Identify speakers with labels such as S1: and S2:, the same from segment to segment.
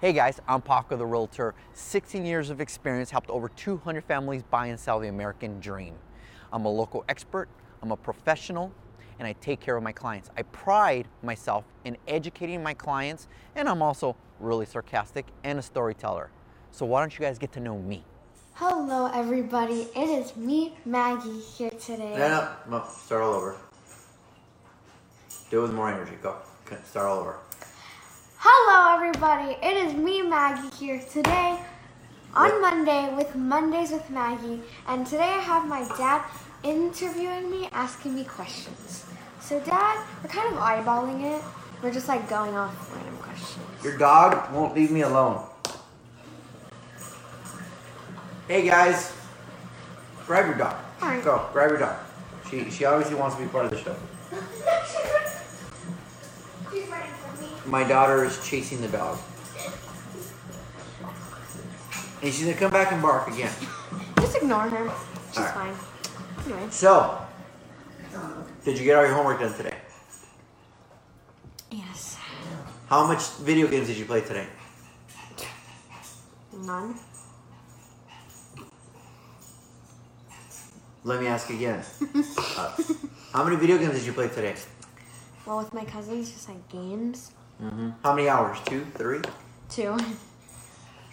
S1: Hey guys, I'm Paco the Realtor. 16 years of experience, helped over 200 families buy and sell the American dream. I'm a local expert, I'm a professional, and I take care of my clients. I pride myself in educating my clients, and I'm also really sarcastic and a storyteller. So why don't you guys get to know me?
S2: Hello, everybody. It is me, Maggie, here today.
S1: no, no, start all over. Do it with more energy. Go, start all over.
S2: Hello, everybody. It is me, Maggie, here today on Monday with Mondays with Maggie. And today I have my dad interviewing me, asking me questions. So, Dad, we're kind of eyeballing it. We're just like going off random questions.
S1: Your dog won't leave me alone. Hey guys, grab your dog.
S2: Hi.
S1: Go, grab your dog. She she obviously wants to be part of the show.
S2: She's ready for me.
S1: My daughter is chasing the dog, and she's gonna come back and bark again.
S2: Just ignore her. She's
S1: Alright.
S2: fine. Anyway,
S1: So, did you get all your homework done today?
S2: yes.
S1: How much video games did you play today?
S2: None.
S1: Let me ask again. Uh, how many video games did you play today?
S2: Well, with my cousins, just like games.
S1: How many hours? Two, three?
S2: Two.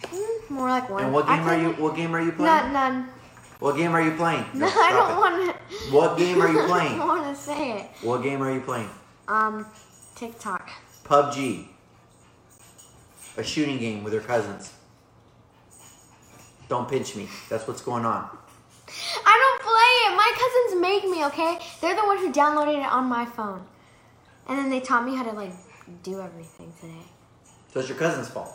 S2: Mm, More like one.
S1: And what game
S2: I
S1: are you?
S2: think-
S1: What game are you playing?
S2: Not none.
S1: What game are you playing?
S2: No, I
S1: stop
S2: don't
S1: it.
S2: want to.
S1: What game are you
S2: I
S1: playing?
S2: don't want to say it.
S1: What game are you playing?
S2: Um, TikTok.
S1: PUBG. A shooting game with her cousins. Don't pinch me. That's what's going on.
S2: I don't play it. My cousins make me. Okay, they're the one who downloaded it on my phone, and then they taught me how to like do everything today.
S1: So it's your cousin's fault.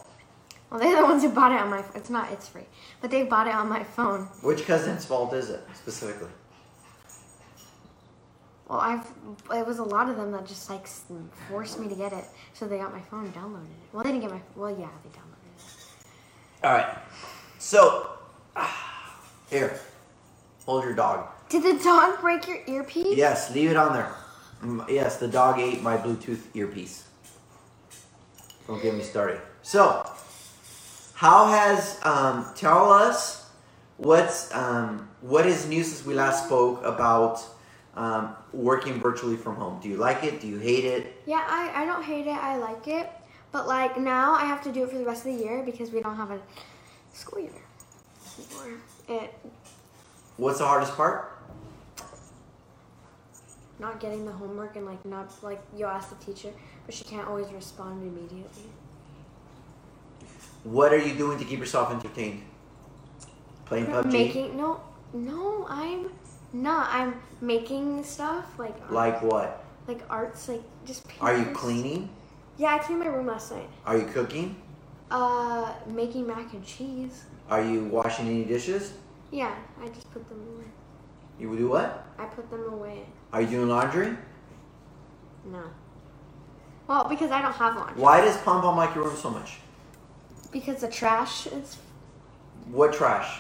S2: Well, they're the ones who bought it on my. ph- It's not. It's free, but they bought it on my phone.
S1: Which cousin's fault is it specifically?
S2: Well, I've. It was a lot of them that just like s- forced me to get it, so they got my phone and downloaded it. Well, they didn't get my. Well, yeah, they downloaded it.
S1: All right. So ah, here, hold your dog.
S2: Did the dog break your earpiece?
S1: Yes, leave it on there. Mm, Yes, the dog ate my Bluetooth earpiece. Don't get me started. So, how has um, tell us what's um, what is new since we last spoke about um, working virtually from home? Do you like it? Do you hate it?
S2: Yeah, I, I don't hate it. I like it. But like now I have to do it for the rest of the year because we don't have a school year anymore. It
S1: What's the hardest part?
S2: not getting the homework and like not like you'll ask the teacher, but she can't always respond immediately.
S1: What are you doing to keep yourself entertained? Playing PUBG,
S2: Making no no, I'm not. I'm making stuff like art-
S1: like what?
S2: like arts like just papers.
S1: Are you cleaning?
S2: Yeah, I cleaned my room last night.
S1: Are you cooking?
S2: Uh making mac and cheese.
S1: Are you washing any dishes?
S2: Yeah, I just put them away.
S1: You do what?
S2: I put them away.
S1: Are you doing laundry?
S2: No. Well, because I don't have one.
S1: Why does Pom Pom like your room so much?
S2: Because the trash is
S1: What trash?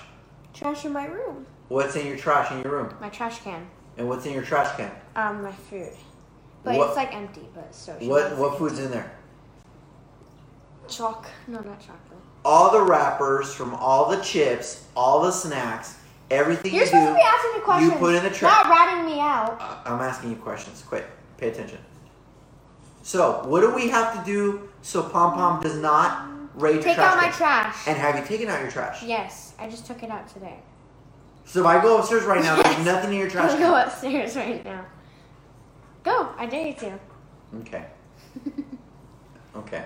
S2: trash in my room.
S1: What's in your trash in your room?
S2: My trash can.
S1: And what's in your trash can?
S2: Um, my food. But
S1: What-
S2: it's like empty, but so she
S1: What
S2: doesn't-
S1: what food's in there?
S2: Chalk. No, not chocolate.
S1: All the wrappers from all the chips, all the snacks, everything
S2: You're
S1: you
S2: supposed
S1: do.
S2: to be asking me questions.
S1: You put in the
S2: Not
S1: trash.
S2: ratting me out.
S1: I'm asking you questions. Quit. Pay attention. So, what do we have to do so Pom Pom does not raid your
S2: Take out my
S1: trash can?
S2: trash.
S1: And have you taken out your trash?
S2: yes, I just took it out today.
S1: So if I go upstairs right now, there's
S2: Yes.
S1: nothing in your trash
S2: I'll go
S1: can.
S2: upstairs right now. Go. I dare you to.
S1: Okay. Okay.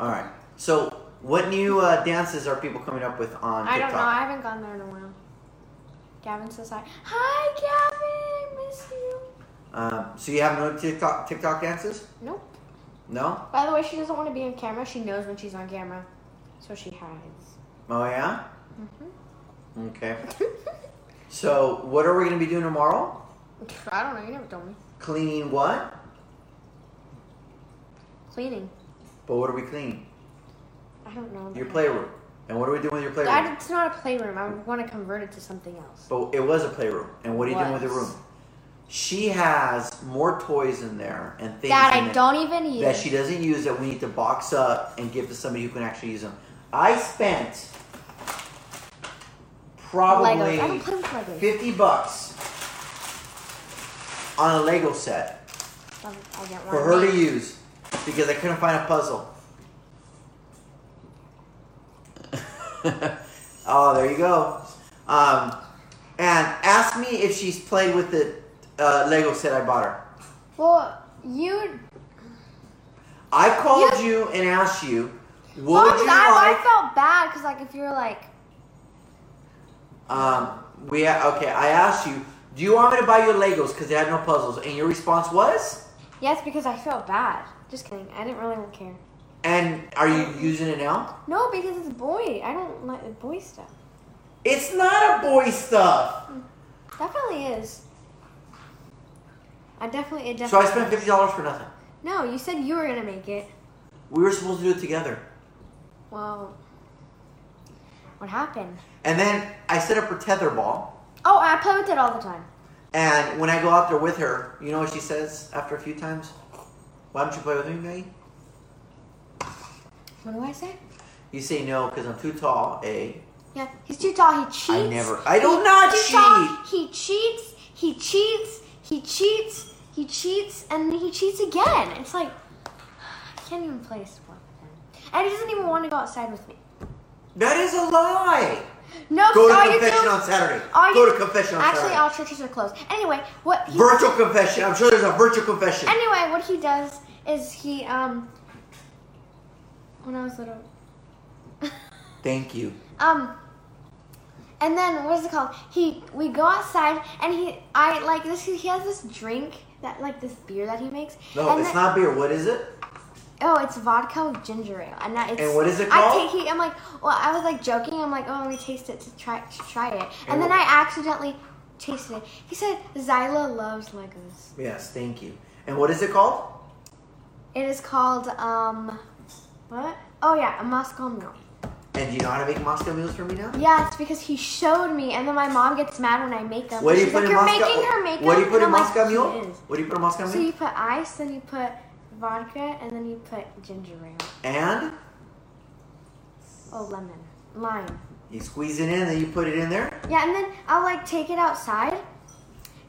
S1: All right. So, what new uh, dances are people coming up with on
S2: I don't
S1: TikTok?
S2: know. I haven't gone there in a while. Gavin says hi. Hi, Gavin. Miss you.
S1: Um, so you have no TikTok TikTok dances?
S2: Nope.
S1: No?
S2: By the way, she doesn't want to be on camera. She knows when she's on camera, so she hides.
S1: Oh yeah. Okay. So what are we gonna be doing tomorrow?
S2: I don't know. You never told me.
S1: Cleaning what?
S2: Cleaning.
S1: But what are we cleaning?
S2: I don't know.
S1: Your playroom. And what are we doing with your playroom?
S2: I, it's not a playroom. I would want to convert it to something else.
S1: but it was a playroom. And what are you doing with the
S2: Was.
S1: room? She has more toys in there and things
S2: that
S1: in
S2: I
S1: it
S2: don't even use.
S1: that she doesn't use that we need to box up and give to somebody who can actually use them. I spent probably
S2: Legos. I don't play with
S1: 50
S2: Legos.
S1: bucks on a Lego set
S2: Um, I get
S1: for
S2: one.
S1: her to use because I couldn't find a puzzle. oh, there you go. Um, and ask me if she's played with the uh, Lego set I bought her.
S2: Well, you.
S1: I called
S2: Yeah.
S1: you and asked you, would
S2: Well,
S1: you
S2: I, I
S1: like?
S2: felt bad because, like, if you're like,
S1: Um, we okay. I asked you, do you want me to buy you Legos because they had no puzzles? And your response was,
S2: yes, because I felt bad. Just kidding. I didn't really care.
S1: and are you using it now?
S2: No, because it's boy. I don't like the boy stuff.
S1: It's not a boy stuff.
S2: Definitely is. I definitely. It
S1: So
S2: definitely
S1: I spent
S2: is.
S1: fifty dollars for nothing.
S2: No, you said you were gonna make it.
S1: We were supposed to do it together,
S2: Well, what happened?
S1: and then I set up her tether ball.
S2: Oh, I play with it all the time.
S1: And when I go out there with her, you know what she says after a few times? Why don't you play with me, Maggie?
S2: What do I say?
S1: You say no because I'm too tall. A
S2: Yeah, he's too tall. He cheats.
S1: I never- I do
S2: He's
S1: not
S2: too tall, He cheats. He cheats. He cheats. He cheats, and he cheats again. It's like I can't even play a sport with him, and he doesn't even want to go outside with me.
S1: that is a lie.
S2: No,
S1: Go
S2: 'cause all
S1: to
S2: you do-
S1: confession on Saturday.
S2: all
S1: Go
S2: you-
S1: to confession on
S2: Actually,
S1: Saturday.
S2: all churches are closed. Anyway, what? He,
S1: Virtual confession. I'm sure there's a virtual confession.
S2: anyway, what he does is he um. When I was little.
S1: Thank you.
S2: Um, and then what is it called? He we go outside and he I like this. He has this drink that like this beer that he makes.
S1: No,
S2: and
S1: it's
S2: then-
S1: not beer. What is it?
S2: Oh, it's vodka with ginger ale, and that it's.
S1: And what is it
S2: I
S1: called?
S2: take. He, I'm like, well, I was like joking. I'm like, oh, I'm gonna taste it to try to try it, and
S1: And
S2: then
S1: what-
S2: I accidentally tasted it. He said Zyla loves Legos.
S1: Yes, thank you. And what is it called?
S2: It is called um, what? Oh yeah, a Moscow Mule.
S1: And do you know how to make Moscow mules for me now?
S2: Yeah, it's because he showed me, and then my mom gets mad when I make them.
S1: What do you
S2: She's
S1: put
S2: like,
S1: in
S2: You're
S1: Moscow?
S2: making her make
S1: what do you
S2: them,"
S1: put in
S2: and I'm like,
S1: Moscow
S2: "She
S1: mule?
S2: is."
S1: What do you put in Moscow
S2: So
S1: mule?
S2: you put ice, then you put vodka, and then you put ginger ale.
S1: and
S2: Oh, lemon. Lime.
S1: you squeeze it in, and you put it in there.
S2: Yeah, and then I'll like take it outside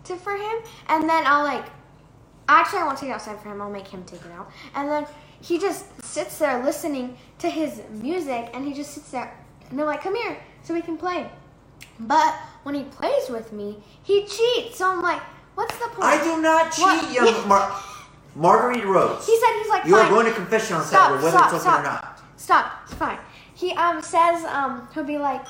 S2: to for him, and then I'll like actually I won't take it outside for him. I'll make him take it out, and then he just sits there listening to his music, and he just sits there, and I'm like, "Come here, so we can play." But when he plays with me, he cheats. So I'm like, "What's the point?"
S1: I do not cheat,
S2: What?
S1: young Mar- Marguerite Rhodes.
S2: He said he's like,
S1: you are
S2: "Fine."
S1: going to confession on
S2: stop,
S1: Saturday, whether
S2: stop,
S1: it's open
S2: stop,
S1: or not.
S2: Stop. It's fine. He um says um he'll be like,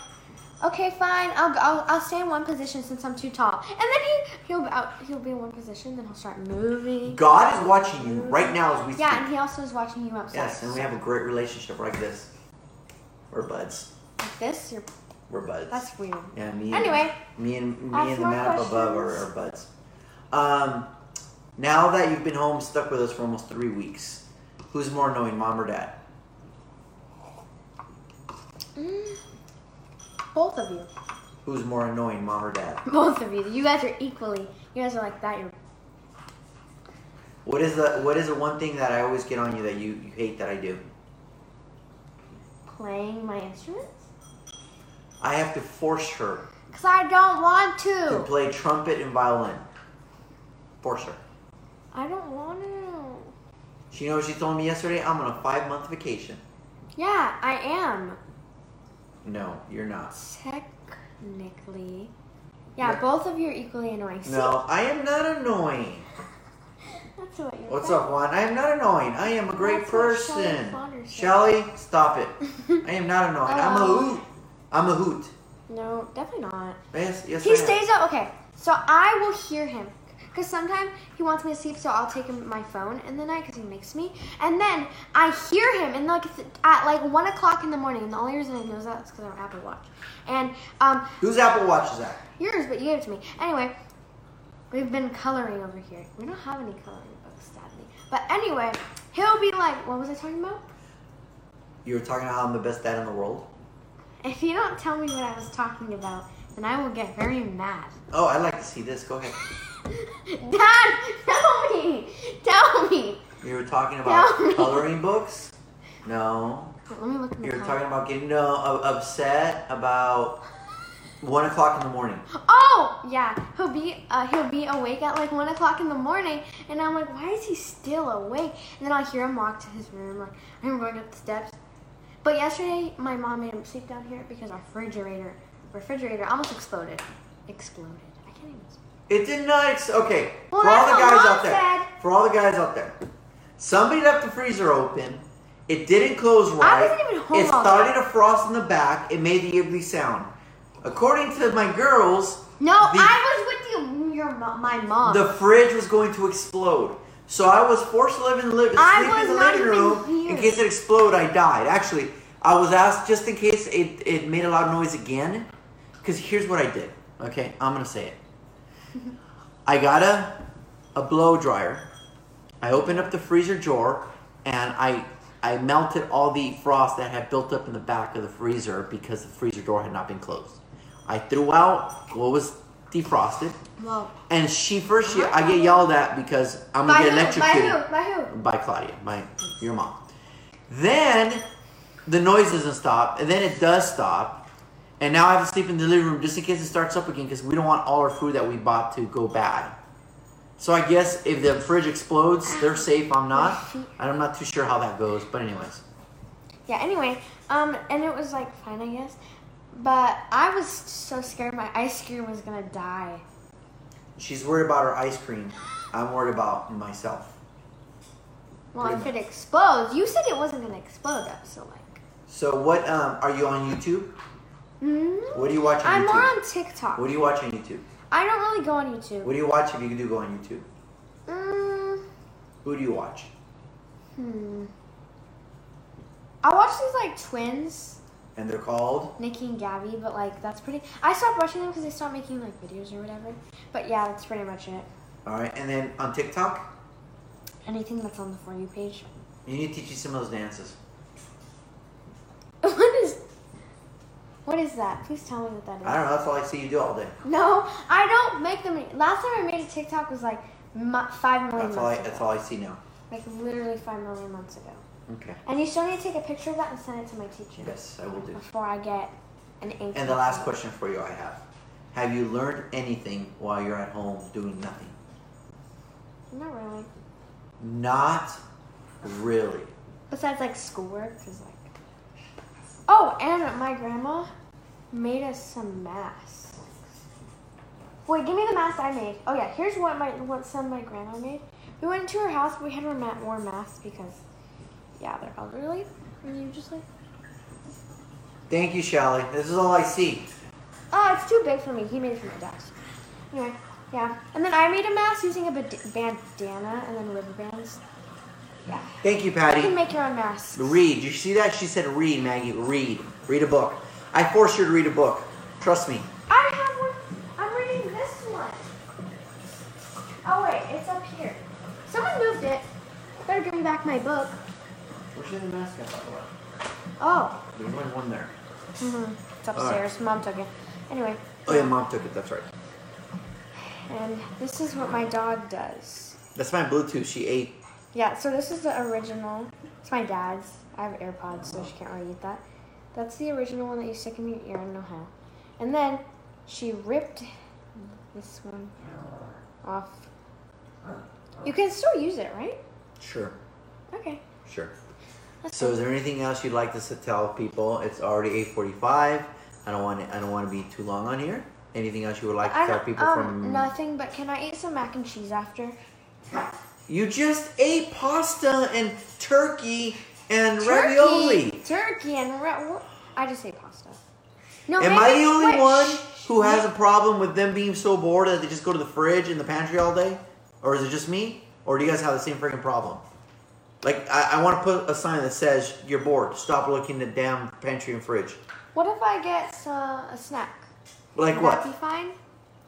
S2: okay, fine. I'll, go- I'll I'll stay in one position since I'm too tall. And then he he'll out he'll be in one position. Then he'll start moving.
S1: God is watching you right now as we speak.
S2: Yeah, and he also is watching you outside.
S1: yes, and we have a great relationship like this. We're buds.
S2: like this. You're
S1: We're buds.
S2: that's weird.
S1: Yeah, me.
S2: Anyway.
S1: and, me and me
S2: ask
S1: and the
S2: more
S1: man up above are,
S2: questions.
S1: are buds. Um, now that you've been home, stuck with us for almost three weeks, who's more annoying, mom or dad?
S2: Mm. Both of you.
S1: Who's more annoying, mom or dad?
S2: Both of you. You guys are equally. You guys are like that. You're
S1: What is the What is the one thing that I always get on you that you, you hate that I do?
S2: playing my instruments.
S1: I have to force her
S2: Cause I don't want
S1: to
S2: to.
S1: play trumpet and violin. Force her.
S2: I don't want to.
S1: She knows she told me yesterday I'm on a five month vacation.
S2: Yeah, I am.
S1: No, you're not.
S2: Technically. Yeah,
S1: No.
S2: both of you are equally annoying. See?
S1: No, I am not annoying.
S2: That's what you're
S1: What's
S2: about.
S1: up, Juan? I am not annoying. I am a great
S2: That's what Shelley
S1: person.
S2: Potter said.
S1: Shelley, stop it. I am not annoying. I'm a
S2: Oh.
S1: hoot. I'm a hoot.
S2: No, definitely not.
S1: Yes, yes. I
S2: He
S1: am.
S2: stays up. Okay, so I will hear him. Because sometimes he wants me to sleep, so I'll take him my phone in the night because he makes me. And then I hear him, and like it's at like one o'clock in the morning. And the only reason I know that is because I have an Apple Watch. And um,
S1: Whose Apple Watch is that?
S2: yours, but you gave it to me. Anyway, we've been coloring over here. We don't have any coloring books, sadly. But anyway, he'll be like, "What was I talking about?"
S1: You were talking about how I'm the best dad in the world.
S2: If you don't tell me what I was talking about, then I will get very mad.
S1: Oh, I'd like to see this. Go ahead.
S2: Dad, tell me. Tell me.
S1: You were talking
S2: Tell me.
S1: about coloring books? No.
S2: Let me look in the
S1: You were
S2: car.
S1: talking about getting no, u- upset about one o'clock in the morning.
S2: Oh yeah, he'll be uh, he'll be awake at like one o'clock in the morning, and I'm like, why is he still awake? And then I'll hear him walk to his room, like I'm going up the steps. But yesterday, my mom made him sleep down here because our refrigerator refrigerator almost exploded, exploded. I can't even. Speak.
S1: It did not. Ex- okay.
S2: Well,
S1: for all the
S2: that's what
S1: guys
S2: Mom
S1: out there.
S2: said.
S1: For all the guys out there. Somebody left the freezer open. It didn't close right.
S2: wasn't even home
S1: It
S2: all
S1: started to frost in the back. It made the ugly sound. According to my girls,
S2: No,
S1: the,
S2: I was with you, your mo- my mom.
S1: the fridge was going to explode. So I was forced to live in li-
S2: I
S1: sleep
S2: was
S1: in the
S2: not
S1: living
S2: even
S1: room
S2: here.
S1: in case it exploded. I died. Actually, I was asked just in case it, it made a loud noise again. Because here's what I did. Okay, I'm gonna say it. I got a a blow dryer. I opened up the freezer drawer and I I melted all the frost that had built up in the back of the freezer because the freezer door had not been closed. I threw out what was defrosted.
S2: well,
S1: And she first, she, I get yelled at because I'm
S2: by
S1: gonna get
S2: who? By
S1: electrocuted
S2: who? By who?
S1: by Claudia, my your mom. Then the noise doesn't stop, and then it does stop, and now I have to sleep in the living room just in case it starts up again because we don't want all our food that we bought to go bad. So I guess if the fridge explodes, they're safe. I'm not, and I'm not too sure how that goes. But anyways,
S2: Yeah, anyway, um, and it was like fine, I guess. But I was so scared my ice cream was gonna die.
S1: she's worried about her ice cream. I'm worried about myself.
S2: Well,
S1: Pretty
S2: if it explodes, you said it wasn't gonna explode though, so like.
S1: So what? Um, are you on YouTube?
S2: Mm,
S1: What do you watch on
S2: I'm
S1: YouTube?
S2: more on TikTok.
S1: What do you watch on YouTube?
S2: I don't really go on YouTube.
S1: What do you watch if you do go on YouTube?
S2: mm,
S1: Who do you watch?
S2: hmm. I watch these like twins,
S1: And they're called.
S2: Nikki and Gabby, but like that's pretty. I stopped watching them because they stopped making like videos or whatever. But yeah, that's pretty much it.
S1: All right, and then on TikTok,
S2: Anything that's on the for you page.
S1: you need to teach you some of those dances.
S2: what is? What is that? Please tell me what that is.
S1: I don't know. That's all I see you do all day.
S2: No, I don't make them. Last time I made a TikTok was like mu- five million
S1: That's all. I,
S2: months
S1: that's
S2: ago.
S1: all I see now.
S2: Like literally five million months ago.
S1: Okay.
S2: And you still need to take a picture of that and send it to my teacher
S1: Yes, I will do.
S2: before I get an ink.
S1: And the last question for you, I have: Have you learned anything while you're at home doing nothing?
S2: Not really.
S1: Not really.
S2: Besides like schoolwork, cause like. Oh, and my grandma made us some masks. Wait, give me the mask I made. Oh yeah, here's what my what some my grandma made. We went to her house, but we had her ma- wore masks because, yeah, they're elderly, and you just like.
S1: Thank you, Shelly. This is all I see.
S2: Oh, it's too big for me. He made it for my dad. Anyway, yeah. And then I made a mask using a bad- bandana and then rubber bands. Yeah.
S1: Thank you,
S2: You can
S1: Patty.
S2: make your own masks.
S1: Read. You see that? She said, "Read, Maggie. Read. Read a book." I force you to read a book. Trust me.
S2: I have one. I'm reading this one. Oh, wait. It's up here. Someone moved it. Better give me back my book.
S1: Where's the mask at, by the way?
S2: Oh.
S1: There's only one there.
S2: hmm It's upstairs. Mom took it. Anyway,
S1: Oh yeah, mom took it. That's right.
S2: and this is what my dog does.
S1: That's my Bluetooth. She ate.
S2: Yeah, so this is the original. It's my dad's. I have AirPods, so she can't really eat that. That's the original one that you stick in your ear and know how. And then she ripped this one off. You can still use it, right?
S1: Sure,
S2: Okay.
S1: sure.
S2: That's
S1: So,
S2: fine.
S1: is there anything else you'd like us to tell people? It's already 8:45. I don't want to, I don't want to be too long on here. Anything else you would like to
S2: I
S1: tell
S2: don't-
S1: people
S2: um,
S1: from?
S2: nothing, but can I eat some mac and cheese after?
S1: You just ate pasta and turkey and ravioli.
S2: Turkey, turkey and ra- wha- I just ate pasta. No,
S1: Am
S2: maybe-
S1: I the only
S2: wait,
S1: one
S2: shh,
S1: who has
S2: wait.
S1: a problem with them being so bored that they just go to the fridge and the pantry all day? Or is it just me? Or do you guys have the same freaking problem? Like, I, I want to put a sign that says, You're bored. Stop looking at damn pantry and fridge.
S2: What if I get some, a snack?
S1: Like
S2: Would
S1: what?
S2: That be fine.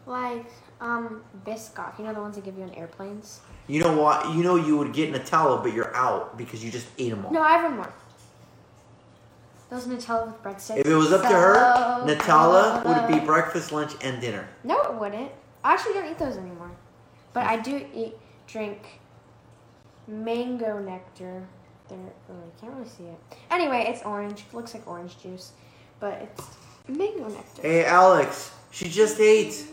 S2: Like um Biscoff. You know the ones they give you on airplanes.
S1: You know what? You know you would get Nutella, but you're out because you just ate them all.
S2: No, I have one more. Those Nutella with breadsticks.
S1: If it was up to her,
S2: So
S1: Nutella would be
S2: good.
S1: breakfast, lunch, and dinner.
S2: No, it wouldn't. I actually don't eat those anymore. But I do eat, drink mango nectar. There, oh, I can't really see it. Anyway, it's orange. Looks like orange juice, but it's mango nectar.
S1: Hey, Alex, she just ate.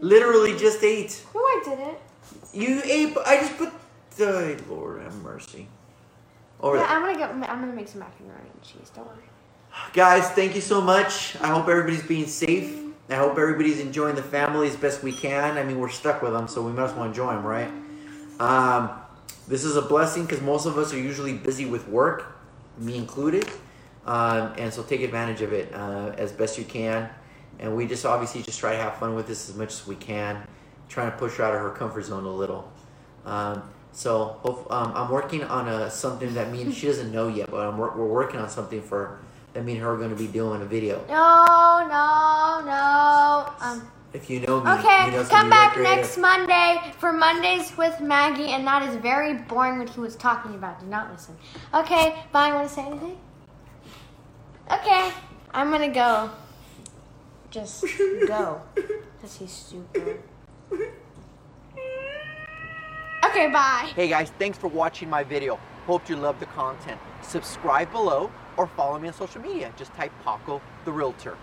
S1: Literally just ate.
S2: No, I didn't.
S1: You ate. but I just put. The Lord have mercy. Over
S2: Yeah,
S1: there.
S2: I'm gonna get. I'm gonna make some macaroni and cheese. Don't worry.
S1: Guys, thank you so much. I hope everybody's being safe. I hope everybody's enjoying the family as best we can. I mean, we're stuck with them, so we must want to enjoy them, right? Um, this is a blessing because most of us are usually busy with work, me included. Um, and so take advantage of it uh, as best you can. And we just obviously just try to have fun with this as much as we can, trying to push her out of her comfort zone a little. Um, so hope, um, I'm working on a, something that me and she doesn't know yet, but I'm, wor- we're working on something for that me and her are going to be doing a video.
S2: No, no, no. Um,
S1: If you know me,
S2: okay,
S1: you know it's gonna
S2: come
S1: be
S2: back
S1: recreative.
S2: next Monday for Mondays with Maggie, and that is very boring what he was talking about. Do not listen. Okay, bye. Want to say anything? Okay, I'm gonna go. Just go. Cause he's stupid. Okay, bye.
S3: Hey guys, thanks for watching my video. Hope you love the content. Subscribe below or follow me on social media. Just type Paco the Realtor.